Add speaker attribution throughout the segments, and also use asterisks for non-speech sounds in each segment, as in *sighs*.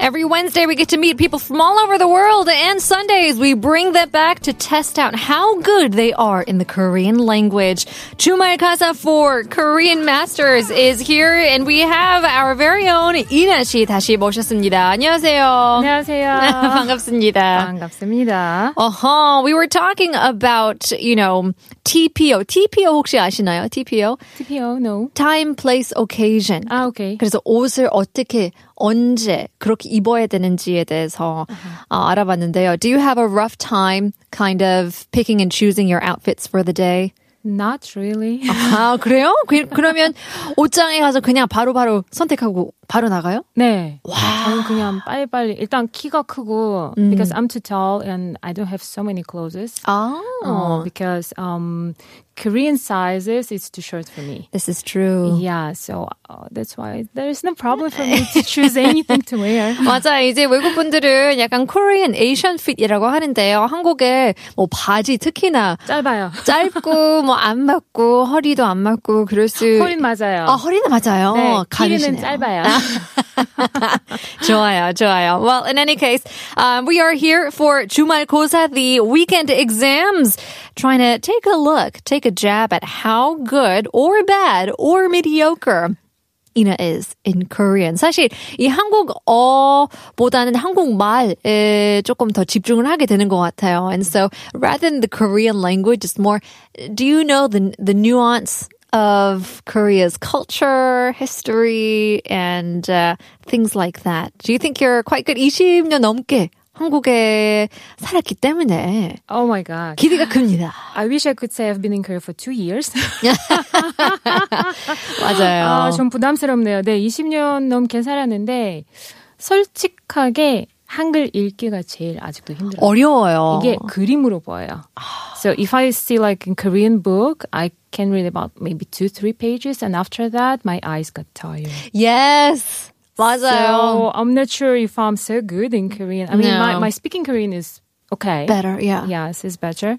Speaker 1: Every Wednesday, we get to meet people from all over the world, and Sundays, we bring them back to test out how good they are in the Korean language. Chumael Kasa for Korean Masters is here, and we have our very own Ina 씨 다시 모셨습니다. 안녕하세요.
Speaker 2: 안녕하세요.
Speaker 1: *laughs* 반갑습니다.
Speaker 2: 반갑습니다.
Speaker 1: Uh-huh. We were talking about, you know, TPO. TPO 혹시 아시나요? TPO?
Speaker 2: TPO, no.
Speaker 1: Time, place, occasion.
Speaker 2: 아, 오케이.
Speaker 1: 그래서 옷을 어떻게 언제 그렇게 입어야 되는지에 대해서 어, 알아봤는데요. Do you have a rough time kind of picking and choosing your outfits for the
Speaker 2: *laughs*
Speaker 1: day?
Speaker 2: Not really.
Speaker 1: 아 그래요? 그, 그러면 옷장에 가서 그냥 바로바로 선택하고 바로 나가요?
Speaker 2: 네. 저는 그냥 빨리빨리 일단 키가 크고 because I'm too tall and I don't have so many clothes.
Speaker 1: 아,
Speaker 2: 어, because um Korean sizes is too short for me.
Speaker 1: this is true.
Speaker 2: Yeah, so uh, that's why there is no problem for me to choose anything to wear.
Speaker 1: *laughs* 맞아. 이제 외국 분들은 약간 Korean Asian fit이라고 하는데요. 한국에 뭐 바지 특히나
Speaker 2: 짧아요.
Speaker 1: 짧고 뭐 안 맞고 허리도 안 맞고 그럴 수
Speaker 2: 허리 맞아요.
Speaker 1: 아, 허리는 맞아요.
Speaker 2: 네, 길이는
Speaker 1: 가리시네요.
Speaker 2: 짧아요.
Speaker 1: *laughs* 좋아요, 좋아요. Well, in any case, um, we are here for 주말 고사, the weekend exams, trying to take a look, take a jab at how good or bad or mediocre. Ina is in Korean. 사실 이 한국어보다는 한국말에 조금 더 집중을 하게 되는 것 같아요. And so rather than the Korean language, it's more do you know the the nuance of Korea's culture, history, and uh, things like that. Do you think you're quite good? 20년 넘게 한국에 살았기 때문에
Speaker 2: Oh my god.
Speaker 1: 기대가 큽니다.
Speaker 2: I wish I could say I've been in Korea for two years.
Speaker 1: 맞아요.
Speaker 2: 아, 좀 부담스럽네요. 네, 20년 넘게 살았는데 솔직하게 한글 읽기가 제일 아직도 힘들어요.
Speaker 1: 어려워요.
Speaker 2: 이게 그림으로 보여요. So if I see like in Korean book, I can read about maybe two, three pages, and after that, my eyes got tired.
Speaker 1: yes. 맞아요.
Speaker 2: So I'm not sure if I'm so good in Korean. I mean,
Speaker 1: No.
Speaker 2: my, my speaking Korean is okay.
Speaker 1: better. Yeah.
Speaker 2: Yes, it's better.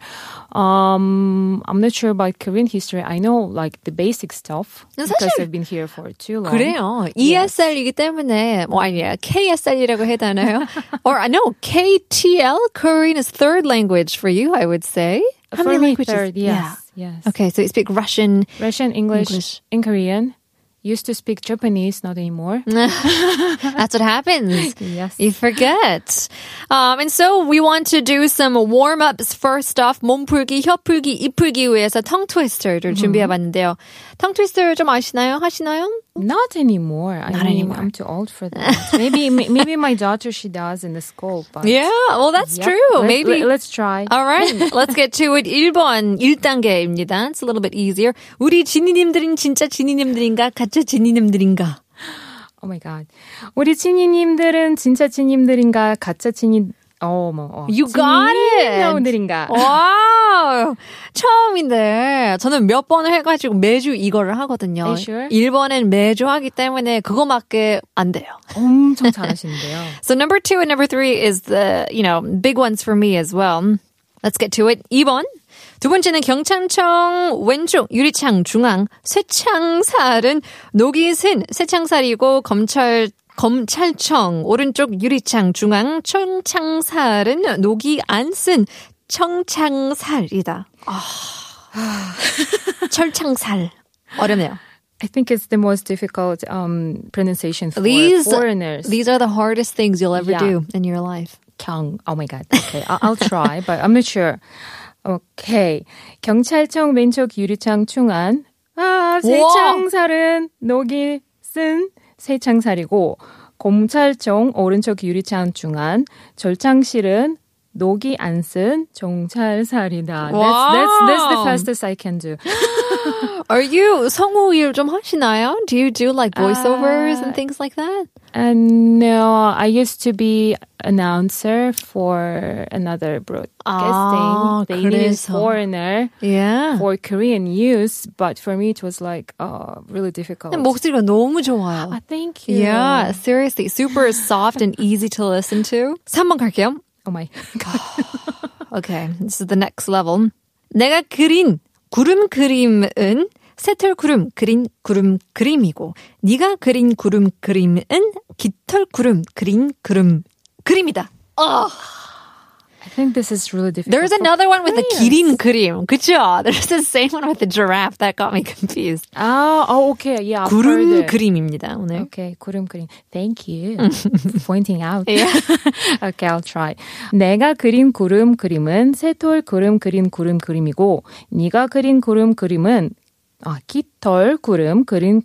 Speaker 2: Um, I'm not sure about Korean history. I know like the basic stuff because
Speaker 1: 사실-
Speaker 2: I've been here for too long.
Speaker 1: 그래요. ESL이기 때문에 뭐 아니야 KSL이라고 해야
Speaker 2: *laughs*
Speaker 1: 되나요? or I know KTL Korean is third language for you. I would say. How
Speaker 2: For
Speaker 1: many
Speaker 2: me,
Speaker 1: languages?
Speaker 2: third, yes,
Speaker 1: yeah.
Speaker 2: yes.
Speaker 1: Okay, so you speak Russian.
Speaker 2: Russian, English,
Speaker 1: English.
Speaker 2: in Korean. Used to speak Japanese, not anymore.
Speaker 1: That's what *laughs* happens.
Speaker 2: Yes.
Speaker 1: You forget. Um, and so we want to do some warm ups first off. 몸풀기, 혀풀기, 입풀기 위해서 tongue twister를 준비해봤는데요. tongue twister 좀 아시나요? 하시나요?
Speaker 2: Not anymore. I
Speaker 1: Mm. Not
Speaker 2: mean,
Speaker 1: anymore.
Speaker 2: I'm too old
Speaker 1: *laughs*
Speaker 2: for that. maybe, m- maybe my daughter she does in the school, but
Speaker 1: Yeah, well, that's
Speaker 2: Yep.
Speaker 1: true.
Speaker 2: Let-
Speaker 1: Maybe. Uh,
Speaker 2: let- let's try.
Speaker 1: All right, *laughs* let's get to it. 1번, 1단계입니다. It's a little bit easier. 우리 지니님들은 진짜 지니님들인가? 가짜 지니님들인가?
Speaker 2: Oh my god. 우리 친이님들은 진짜 친님들인가 가짜 친이 어머 어.
Speaker 1: You got it.
Speaker 2: 친이들인가.
Speaker 1: 와우! 처음인데, 저는 몇 번을 해가지고 매주 이거를 하거든요.
Speaker 2: Are you sure?
Speaker 1: 1번은 매주 하기 때문에 그거밖에 안 돼요.
Speaker 2: *laughs* 엄청 잘하시는데요.
Speaker 1: *laughs* So number two and number three is the, you know, big ones for me as well. Let's get to it. 2번. 두 번째는 경창청 왼쪽 유리창 중앙 쇠창살은 녹이 신 쇠창살이고 검찰 검찰청 오른쪽 유리창 중앙 청창살은 녹이 안 쓴 청창살이다. 아. *laughs* 철창살 어렵네요.
Speaker 2: I think it's the most difficult um, pronunciation for
Speaker 1: These
Speaker 2: foreigners.
Speaker 1: these are the hardest things you'll ever
Speaker 2: Yeah.
Speaker 1: do in your life.
Speaker 2: 경. Oh my god. Okay, I- I'll try, but I'm not sure. Okay. 경찰청 왼쪽 유리창 중안. 아, 세창살은 녹이 쓴 세창살이고 검찰청 오른쪽 유리창 중안 절창실은 녹이 안 쓴 정찰살이다. That's, that's, that's the
Speaker 1: 와우.
Speaker 2: fastest I can do.
Speaker 1: Are you 성우 일 좀 하시나요? Do you do like voiceovers
Speaker 2: Uh,
Speaker 1: and things like that?
Speaker 2: And no, I used to be announcer for another broadcasting.
Speaker 1: 아,
Speaker 2: they needed
Speaker 1: 그래서.
Speaker 2: foreigner
Speaker 1: Yeah.
Speaker 2: *laughs* for Korean news, but for me it was like uh, really difficult.
Speaker 1: 근데 목소리가 너무 좋아요.
Speaker 2: I thank you.
Speaker 1: Yeah, seriously. Super soft and easy to listen to. 3번 갈게요.
Speaker 2: Oh my.
Speaker 1: Okay, this is the next level. 내가 그린 구름 그림은 새털 구름 그린 구름 그림이고 네가 그린 구름 그림은 깃털 구름 그린 그름 그림이다.
Speaker 2: I think this is really difficult.
Speaker 1: There's another one with the 기린 그림. 그쵸? *laughs* There's the same one with the giraffe that got me *laughs* confused.
Speaker 2: Oh, oh, okay. Yeah. I've heard
Speaker 1: 구름
Speaker 2: it.
Speaker 1: 그림입니다, 오늘.
Speaker 2: Okay, 구름 그림.
Speaker 1: *laughs*
Speaker 2: Thank you for pointing out. *laughs* okay, I'll try. 내가 그린 구름 그림은 새톨 구름 그린 구름 그림이고 네가 그린 구름 그림은 아, 깃털 구름 그린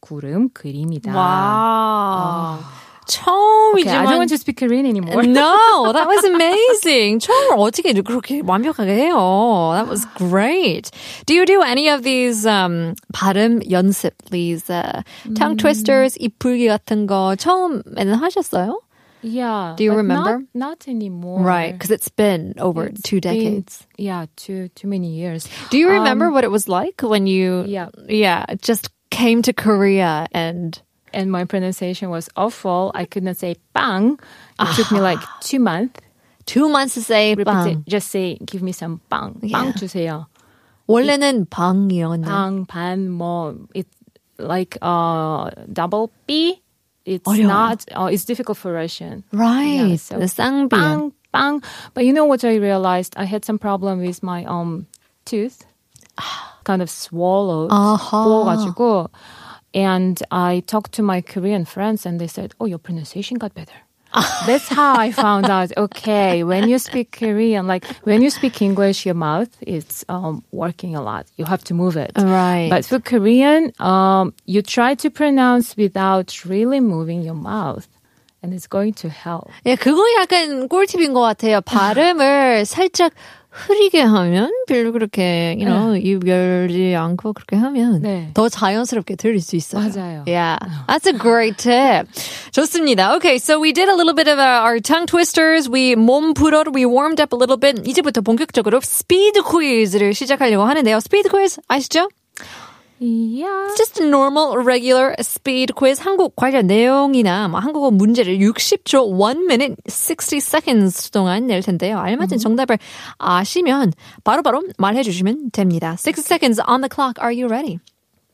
Speaker 2: 구름 그림이다.
Speaker 1: 와.
Speaker 2: Okay, I
Speaker 1: 처음이지만
Speaker 2: don't want to speak Korean anymore.
Speaker 1: No, that was amazing. *laughs* 처음을 어떻게 그렇게 완벽하게 해요? That was great. Do you do any of these um, 발음 연습, please? Uh, tongue twisters, 입풀기 같은 거 처음에는 하셨어요?
Speaker 2: Yeah.
Speaker 1: Do you
Speaker 2: but
Speaker 1: remember?
Speaker 2: Not, not anymore.
Speaker 1: Right, because it's been over
Speaker 2: It's
Speaker 1: two
Speaker 2: been-
Speaker 1: decades.
Speaker 2: yeah, too too many years.
Speaker 1: Do you remember what it was like when you,
Speaker 2: Um, Yeah.
Speaker 1: yeah, just came to Korea and
Speaker 2: And my pronunciation was awful. I could not say bang. It took me like
Speaker 1: Ah.
Speaker 2: two months.
Speaker 1: two months to say
Speaker 2: Repeat
Speaker 1: 빵.
Speaker 2: it. Just say, give me some 빵. 빵 주세요.
Speaker 1: 원래는 방이었는데.
Speaker 2: 빵, 반, 뭐, it, like, uh, double B. It's
Speaker 1: 어려워요.
Speaker 2: not, uh, it's difficult for Russian.
Speaker 1: Right,
Speaker 2: Yeah, so
Speaker 1: the 쌍변.
Speaker 2: 빵, 빵. But you know what I realized? I had some problem with my, um, tooth. *sighs* Kind of swallowed.
Speaker 1: 아하.
Speaker 2: 부어가지고. And I talked to my Korean friends and they said, oh, your pronunciation got *laughs* better. That's how I found out. Okay, when you speak Korean, like when you speak English, your mouth is um, working a lot. You have to move it.
Speaker 1: Right.
Speaker 2: But for Korean, um, you try to pronounce without really moving your mouth, and it's going to help.
Speaker 1: 예, 그거 약간 꿀팁인 것 같아요. 발음을 살짝 흐리게 하면 별로 그렇게 you know 입 열지 않고 그렇게 하면
Speaker 2: 네.
Speaker 1: 더 자연스럽게 들릴 수 있어요.
Speaker 2: 맞아요.
Speaker 1: Yeah, that's a great tip. 좋습니다. Okay, so we did a little bit of our, our tongue twisters. We 몸 풀어를 we warmed up a little bit. 이제부터 본격적으로 스피드 퀴즈를 시작하려고 하는데요. 스피드 퀴즈 아시죠?
Speaker 2: Yeah.
Speaker 1: just a normal, regular speed quiz. 한국 관련 내용이나 뭐 한국어 문제를 60초 1 minute 60 seconds 동안 낼 텐데요. 알맞은 정답을 아시면 바로바로 말해주시면 됩니다. 60 seconds on the clock. Are you ready?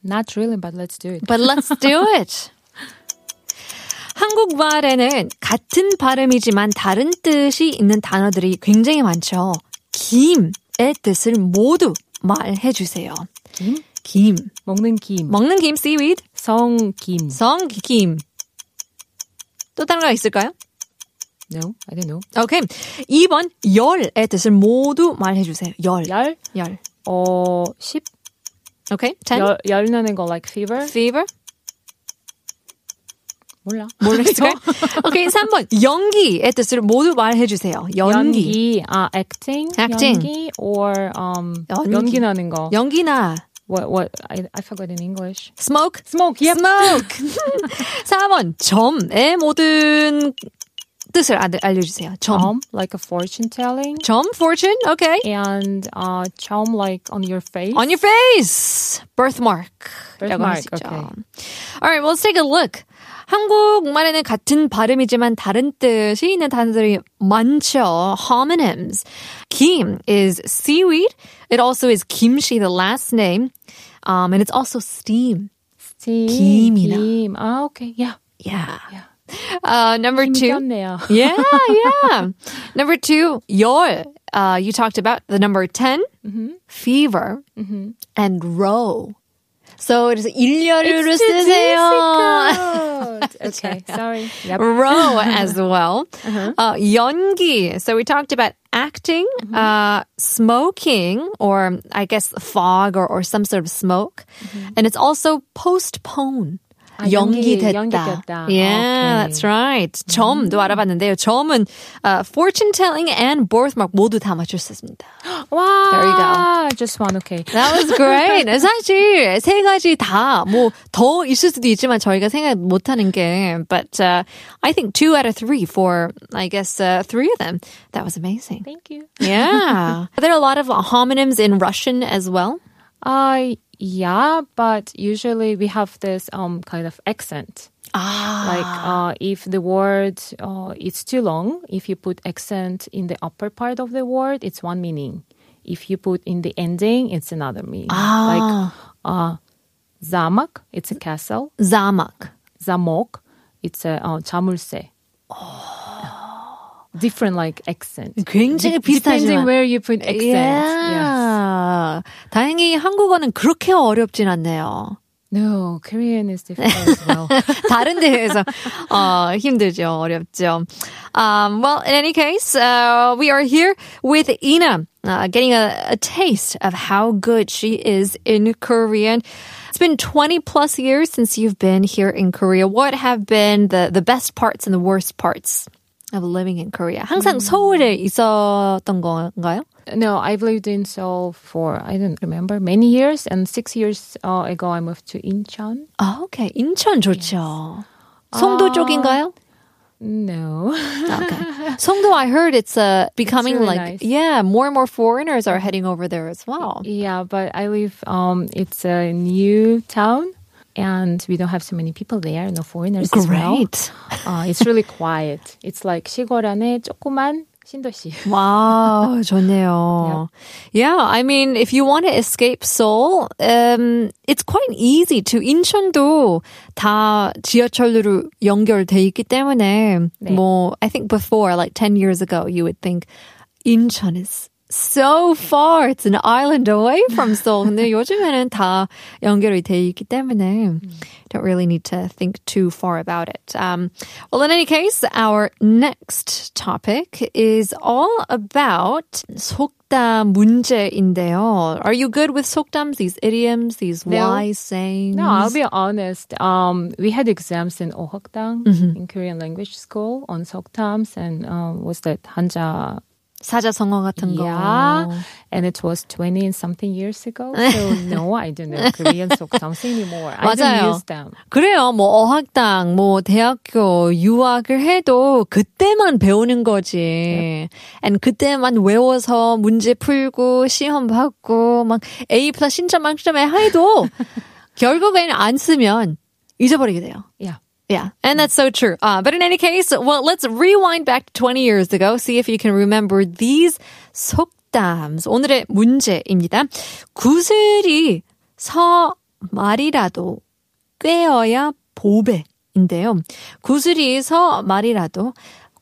Speaker 2: Not really, but let's do it.
Speaker 1: But let's do it. *laughs* 한국 말에는 같은 발음이지만 다른 뜻이 있는 단어들이 굉장히 많죠. 김의 뜻을 모두 말해주세요.
Speaker 2: 김?
Speaker 1: 김.
Speaker 2: 먹는 김,
Speaker 1: 먹는 김, seaweed.
Speaker 2: 성 김.
Speaker 1: 성김. 또 다른 거 있을까요?
Speaker 2: No, I don't know.
Speaker 1: 오케이. 2번 열의 뜻을 모두 말해주세요. 열.
Speaker 2: 열,
Speaker 1: 열.
Speaker 2: 어, 십,
Speaker 1: 오케이. 10.
Speaker 2: 열, 열 나는 거 like fever.
Speaker 1: fever.
Speaker 2: 몰라.
Speaker 1: *laughs* 모르겠어요. 오케이. 3번 연기의 뜻을 모두 말해주세요. 연기.
Speaker 2: 연기, 아, acting,
Speaker 1: Acting.
Speaker 2: 연기, or um,
Speaker 1: 연기.
Speaker 2: 연기, 나는 거.
Speaker 1: 나
Speaker 2: What, what? I, I forgot in English.
Speaker 1: smoke.
Speaker 2: Smoke, yep.
Speaker 1: smoke. *laughs* 4번 점의 모든 뜻을 알- 알려주세요. 점.
Speaker 2: Um, like a fortune telling.
Speaker 1: 점, fortune. 오케이.
Speaker 2: and uh charm like on your face.
Speaker 1: On your face. Birthmark. 라고 할
Speaker 2: Birthmark,
Speaker 1: 수 있죠.
Speaker 2: okay.
Speaker 1: Alright, well, let's take a look. 한국말에는 같은 발음이지만 다른 뜻이 있는 단어들이 많죠. Homonyms. Kim is seaweed. It also is kimchi, the last name. Um, and it's also steam.
Speaker 2: steam.
Speaker 1: 김이나.
Speaker 2: 김. Ah, okay. Yeah.
Speaker 1: Yeah. Uh, number
Speaker 2: 김이
Speaker 1: two. *laughs*
Speaker 2: 꼈네요.
Speaker 1: Yeah, yeah. number two, 열. Uh, you talked about the number 10, fever, and row. So it is 일렬로 쓰세요. *laughs*
Speaker 2: okay, sorry. Yep. *laughs* Uh-huh.
Speaker 1: row as well. uh 연기. So we talked about acting,
Speaker 2: Mm-hmm.
Speaker 1: uh, smoking, or
Speaker 2: Mm-hmm.
Speaker 1: I guess fog or, or some sort of smoke. And it's also postpone.
Speaker 2: 아, 연기,
Speaker 1: 연기됐다.
Speaker 2: Ah, 연기됐다.
Speaker 1: Yeah,
Speaker 2: Okay. Mm-hmm.
Speaker 1: that's right. 점도 알아봤는데요. 점은 uh, fortune telling and birthmark 모두 다 맞췄습니다.
Speaker 2: 와,
Speaker 1: There you go.
Speaker 2: Just one, okay.
Speaker 1: That was
Speaker 2: *laughs*
Speaker 1: great. 사실 세 가지 다 뭐 더 있을 수도 있지만 저희가 생각 못 하는 게 but uh, I think two out of three for I guess uh, three of them. That was amazing.
Speaker 2: Thank you.
Speaker 1: Yeah. Are there a lot of homonyms in Russian as well?
Speaker 2: Uh, yeah, but usually we have this um kind of accent.
Speaker 1: Ah.
Speaker 2: Like uh, if the word uh, it's too long, if you put accent in the upper part of the word, it's one meaning. If you put in the ending, it's another meaning. Like uh, zamak, it's a castle.
Speaker 1: 자막.
Speaker 2: Zamok, it's a uh, 자물쇠. Oh. Different like accent.
Speaker 1: 굉장히
Speaker 2: Depending
Speaker 1: 비슷하지만.
Speaker 2: where you put accent. Yes.
Speaker 1: Yeah. 다행히 한국어는 그렇게 어렵진 않네요.
Speaker 2: No, Korean is different as well.
Speaker 1: *laughs* 다른 데에서 어, 힘들죠, 어렵죠. Um, well, in any case, uh, we are here with Ina, uh, getting a, a taste of how good she is in Korean. It's been 20 plus years since you've been here in Korea. What have been the, the best parts and the worst parts of living in Korea? 항상 서울에 있었던 건가요?
Speaker 2: No, I've lived in Seoul for I don't remember many years, and six years uh, ago I moved to Incheon.
Speaker 1: 아, 오케이. 인천 좋죠. 송도 쪽인가요?
Speaker 2: No, *laughs*
Speaker 1: Okay. Songdo, I heard it's uh, becoming
Speaker 2: really
Speaker 1: like
Speaker 2: nice.
Speaker 1: yeah, more and more foreigners are heading over there as well.
Speaker 2: yeah, but I live. Um, it's a new town, and we don't have so many people there. No foreigners. as well. *laughs* Uh, it's really quiet. It's like 시골 안에 조그만
Speaker 1: *laughs*
Speaker 2: 신도시. *laughs*
Speaker 1: Wow, 좋네요. Yeah, I mean, if you want to escape Seoul, um, it's quite easy to 인천도 다 지하철로 연결돼 있기 때문에 뭐 I think before like 10 years ago you would think Incheon is so far. It's an island away from Seoul. 근데 요즘에는 다 연결이 돼 있기 때문에 don't really need to think too far about it. Um, well, in any case, our next topic is all about 속담 문제인데요. Are you good with 속담s, these idioms, these
Speaker 2: No.
Speaker 1: wise sayings?
Speaker 2: No, I'll be honest. Um, we had exams in Ohokdang in Korean language school on Soktams and um, what's that Hanja
Speaker 1: 사자성어 같은 거.
Speaker 2: Yeah, and it was 20 and something
Speaker 1: *laughs*
Speaker 2: years ago. So no, I don't know Korean sokdams anymore. I
Speaker 1: 맞아요.
Speaker 2: don't use them.
Speaker 1: 그래요. 뭐 어학당, 뭐 대학교 유학을 해도 그때만 배우는 거지. And 그때만 외워서 문제 풀고 시험 받고 막 A 플러스 신점 만점에 해도 결국엔 안 쓰면 잊어버리게 돼요.
Speaker 2: Yeah.
Speaker 1: Yeah, and that's so true. Uh, but in any case, well, let's rewind back to 20 years ago, see if you can remember these 속담s. 오늘의 문제입니다. 구슬이 서 말이라도 꿰어야 보배인데요. 구슬이 서 말이라도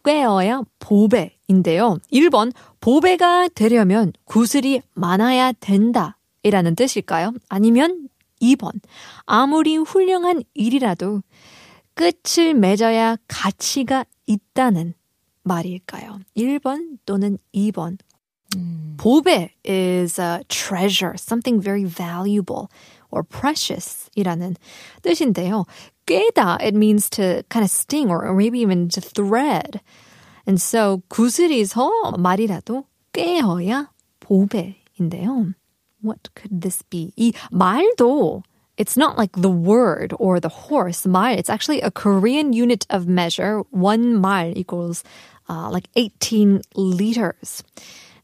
Speaker 1: 꿰어야 보배인데요. 1번, 보배가 되려면 구슬이 많아야 된다. 이라는 뜻일까요? 아니면 2번, 아무리 훌륭한 일이라도 끝을 맺어야 가치가 있다는 말일까요? 1번 또는 2번. 보배 is a treasure, something very valuable or precious 이라는 뜻인데요. 깨다, it means to kind of sting or, or maybe even to thread. And so 구슬이서 말이라도 깨어야 보배인데요. What could this be? 이 말도 it's not like the word or the horse 말. It's actually a Korean unit of measure. One 말 equals uh, like 18 liters.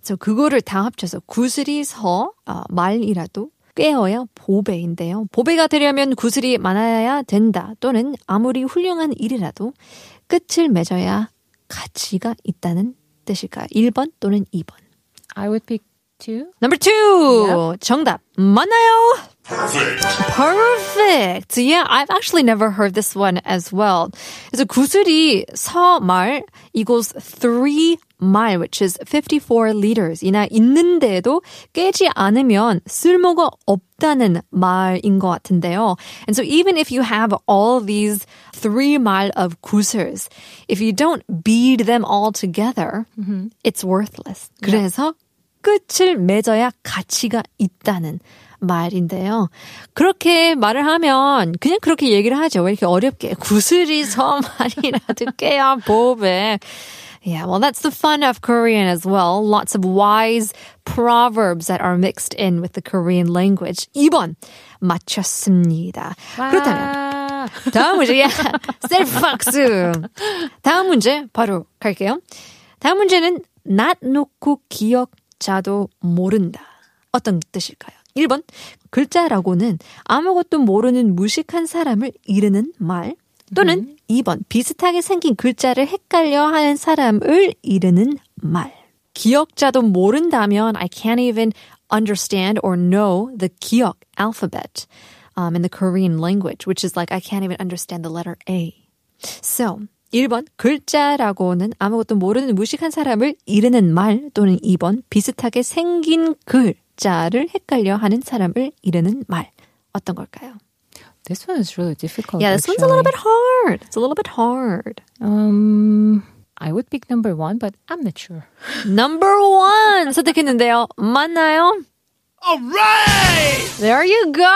Speaker 1: So 그거를 다 합쳐서 구슬이 서 아, 말이라도 꿰어야 보배인데요. 보배가 되려면 구슬이 많아야 된다. 또는 아무리 훌륭한 일이라도 끝을 맺어야 가치가 있다는 뜻일까요? 1번 또는 2번.
Speaker 2: I would pick two.
Speaker 1: Number two. 정답 맞나요? Perfect. Yeah, I've actually never heard this one as well. 그래서 구슬이 서말 equals three 말, which is 54 liters. 이나 있는데도 깨지 않으면 쓸모가 없다는 말인 것 같은데요. And so even if you have all these three mile of 구슬s, if you don't bead them all together, it's worthless. 그래서 끝을 맺어야 가치가 있다는 말인데요. 그렇게 말을 하면 그냥 그렇게 얘기를 하죠. 왜 이렇게 어렵게 구슬이 서말이라도 *laughs* 깨야 보배. Yeah, well, that's the fun of Korean as well. Lots of wise proverbs that are mixed in with the Korean language. 2번, 맞췄습니다. 그렇다면,
Speaker 2: 아,
Speaker 1: 다음 문제, 야, 셀프 박수. 다음 문제, 바로 갈게요. 다음 문제는, 낯 놓고 기억 자도 모른다. 어떤 뜻일까요? 1번, 글자라고는 아무것도 모르는 무식한 사람을 이르는 말. 또는 2번, 비슷하게 생긴 글자를 헷갈려 하는 사람을 이르는 말. 기억자도 모른다면, I can't even understand or know the 기억 alphabet. um, in the Korean language, which is like I can't even understand the letter A. So, 1번 글자라고는 아무것도 모르는 무식한 사람을 이르는 말 또는 2번 비슷하게 생긴 글자를 헷갈려 하는 사람을 이르는 말. 어떤 걸까요?
Speaker 2: this one is really difficult.
Speaker 1: Yeah, this one's a little bit hard. It's a little bit hard.
Speaker 2: Um, I would pick number one, but I'm not sure.
Speaker 1: Number one *laughs* 선택했는데요. 맞나요? There you go.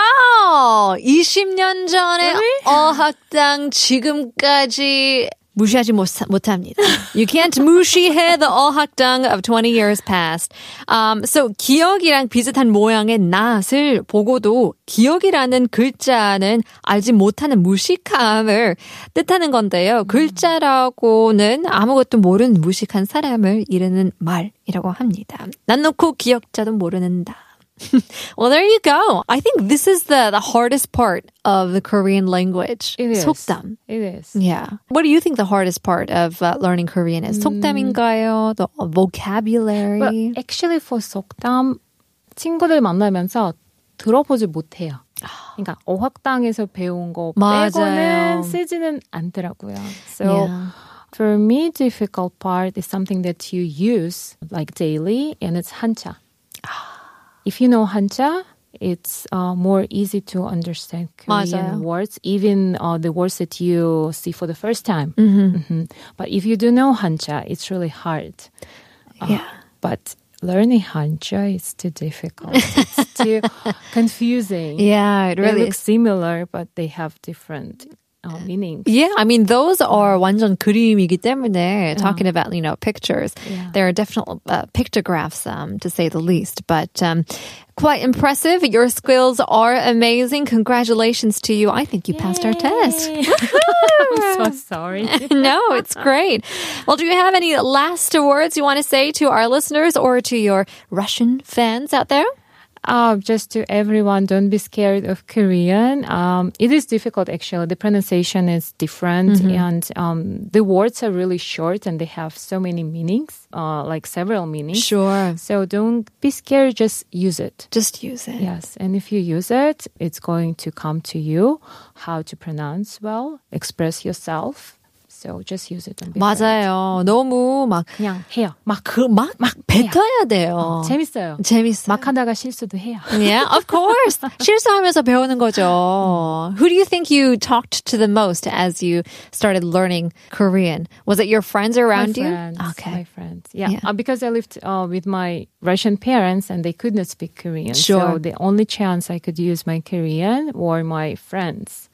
Speaker 1: 20년 전에 어학당 지금까지 무시하지 못, 못합니다. You can't 무시해 the 어학당 of 20 years past. Um, so 기억이랑 비슷한 모양의 낫을 보고도 기억이라는 글자는 알지 못하는 무식함을 뜻하는 건데요. 글자라고는 아무것도 모르는 무식한 사람을 이르는 말이라고 합니다. 난 놓고 기억자도 모르는다. *laughs* well, there you go. I think this is the, the hardest part of the Korean language.
Speaker 2: It is.
Speaker 1: 속담.
Speaker 2: It is.
Speaker 1: Yeah. What do you think the hardest part of uh, learning Korean is?
Speaker 2: Mm.
Speaker 1: 속담인가요? The vocabulary?
Speaker 2: But actually for 속담 친구들 만나면서 들어보지 못해요. 그러니까 어학당에서 배운 거
Speaker 1: 맞아요.
Speaker 2: 빼고는 쓰지는 않더라고요. So
Speaker 1: yeah.
Speaker 2: for me, difficult part is something that you use like daily, and it's 한자. If you know 한자, it's uh, more easy to understand
Speaker 1: 맞아요.
Speaker 2: Korean words, even uh, the words that you see for the first time.
Speaker 1: Mm-hmm.
Speaker 2: Mhm. But if you do know 한자, it's really hard.
Speaker 1: yeah.
Speaker 2: uh, But learning Hanja is too difficult.
Speaker 1: *laughs*
Speaker 2: It's too confusing.
Speaker 1: Yeah, it
Speaker 2: They
Speaker 1: really
Speaker 2: look
Speaker 1: is.
Speaker 2: similar, but they have different uh, meanings.
Speaker 1: Yeah, I mean those are 완전 그림이기 때문에
Speaker 2: Uh-huh.
Speaker 1: talking about you know pictures. There are definite uh, pictographs, um, to say the least. But um, quite impressive. Your skills are amazing. Congratulations to you. I think you passed our test.
Speaker 2: I'm so
Speaker 1: *laughs*
Speaker 2: sorry. *laughs*
Speaker 1: no, it's great. Well, do you have any last words you want to say to our listeners or to your Russian fans out there?
Speaker 2: Uh, just to everyone, don't be scared of Korean. Um, it is difficult, actually. The pronunciation is different,
Speaker 1: Mm-hmm.
Speaker 2: and um, the words are really short, and they have so many meanings, uh, like several meanings.
Speaker 1: Sure.
Speaker 2: So don't be scared. Just use it.
Speaker 1: Just use it.
Speaker 2: Yes, and if you use it, it's going to come to you how to pronounce well, express yourself. So just use it. And be brave.
Speaker 1: 맞아요. 너무 막,
Speaker 2: 그냥 해요. 막
Speaker 1: 그, 막, 막 뱉어야 돼요.
Speaker 2: 재밌어요.
Speaker 1: 재밌어.
Speaker 2: 막 하다가 실수도 해요.
Speaker 1: Yeah, of
Speaker 2: *laughs*
Speaker 1: course. 실수하면서 배우는 거죠. Who do you think you talked to the most as you started learning Korean? Was it your friends around
Speaker 2: my
Speaker 1: you?
Speaker 2: friends,
Speaker 1: okay.
Speaker 2: my friends. Yeah,
Speaker 1: Yeah.
Speaker 2: Uh, because I lived uh, with my Russian parents and they could not speak Korean.
Speaker 1: Sure.
Speaker 2: So the only chance I could use my Korean were my friends.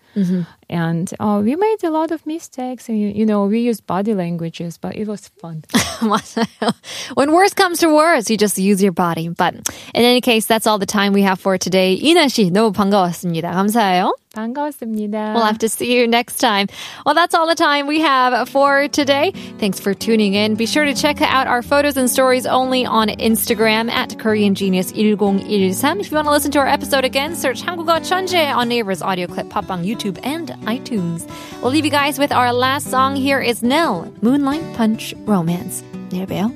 Speaker 2: And uh, we made a lot of mistakes, and you, you know we used body languages, but it was *laughs* fun.
Speaker 1: 맞아요. *laughs* When worse comes to worse, you just use your body. But in any case, that's all the time we have for today. 이나 씨, 너무 반가웠습니다. 감사해요.
Speaker 2: 반가웠습니다.
Speaker 1: We'll have to see you next time. Well, that's all the time we have for today. Thanks for tuning in. Be sure to check out our photos and stories only on Instagram at Korean Genius 1013. If you want to listen to our episode again, search 한국어 천재 on Neighbors Audio Clip, Popbang, YouTube, and iTunes. We'll leave you guys with our last song. Here is Nell, Moonlight Punch Romance. 내일 봬요.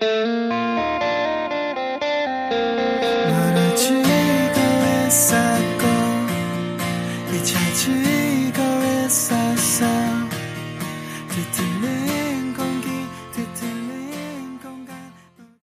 Speaker 3: 너를 쥐고 있었고 잊혀지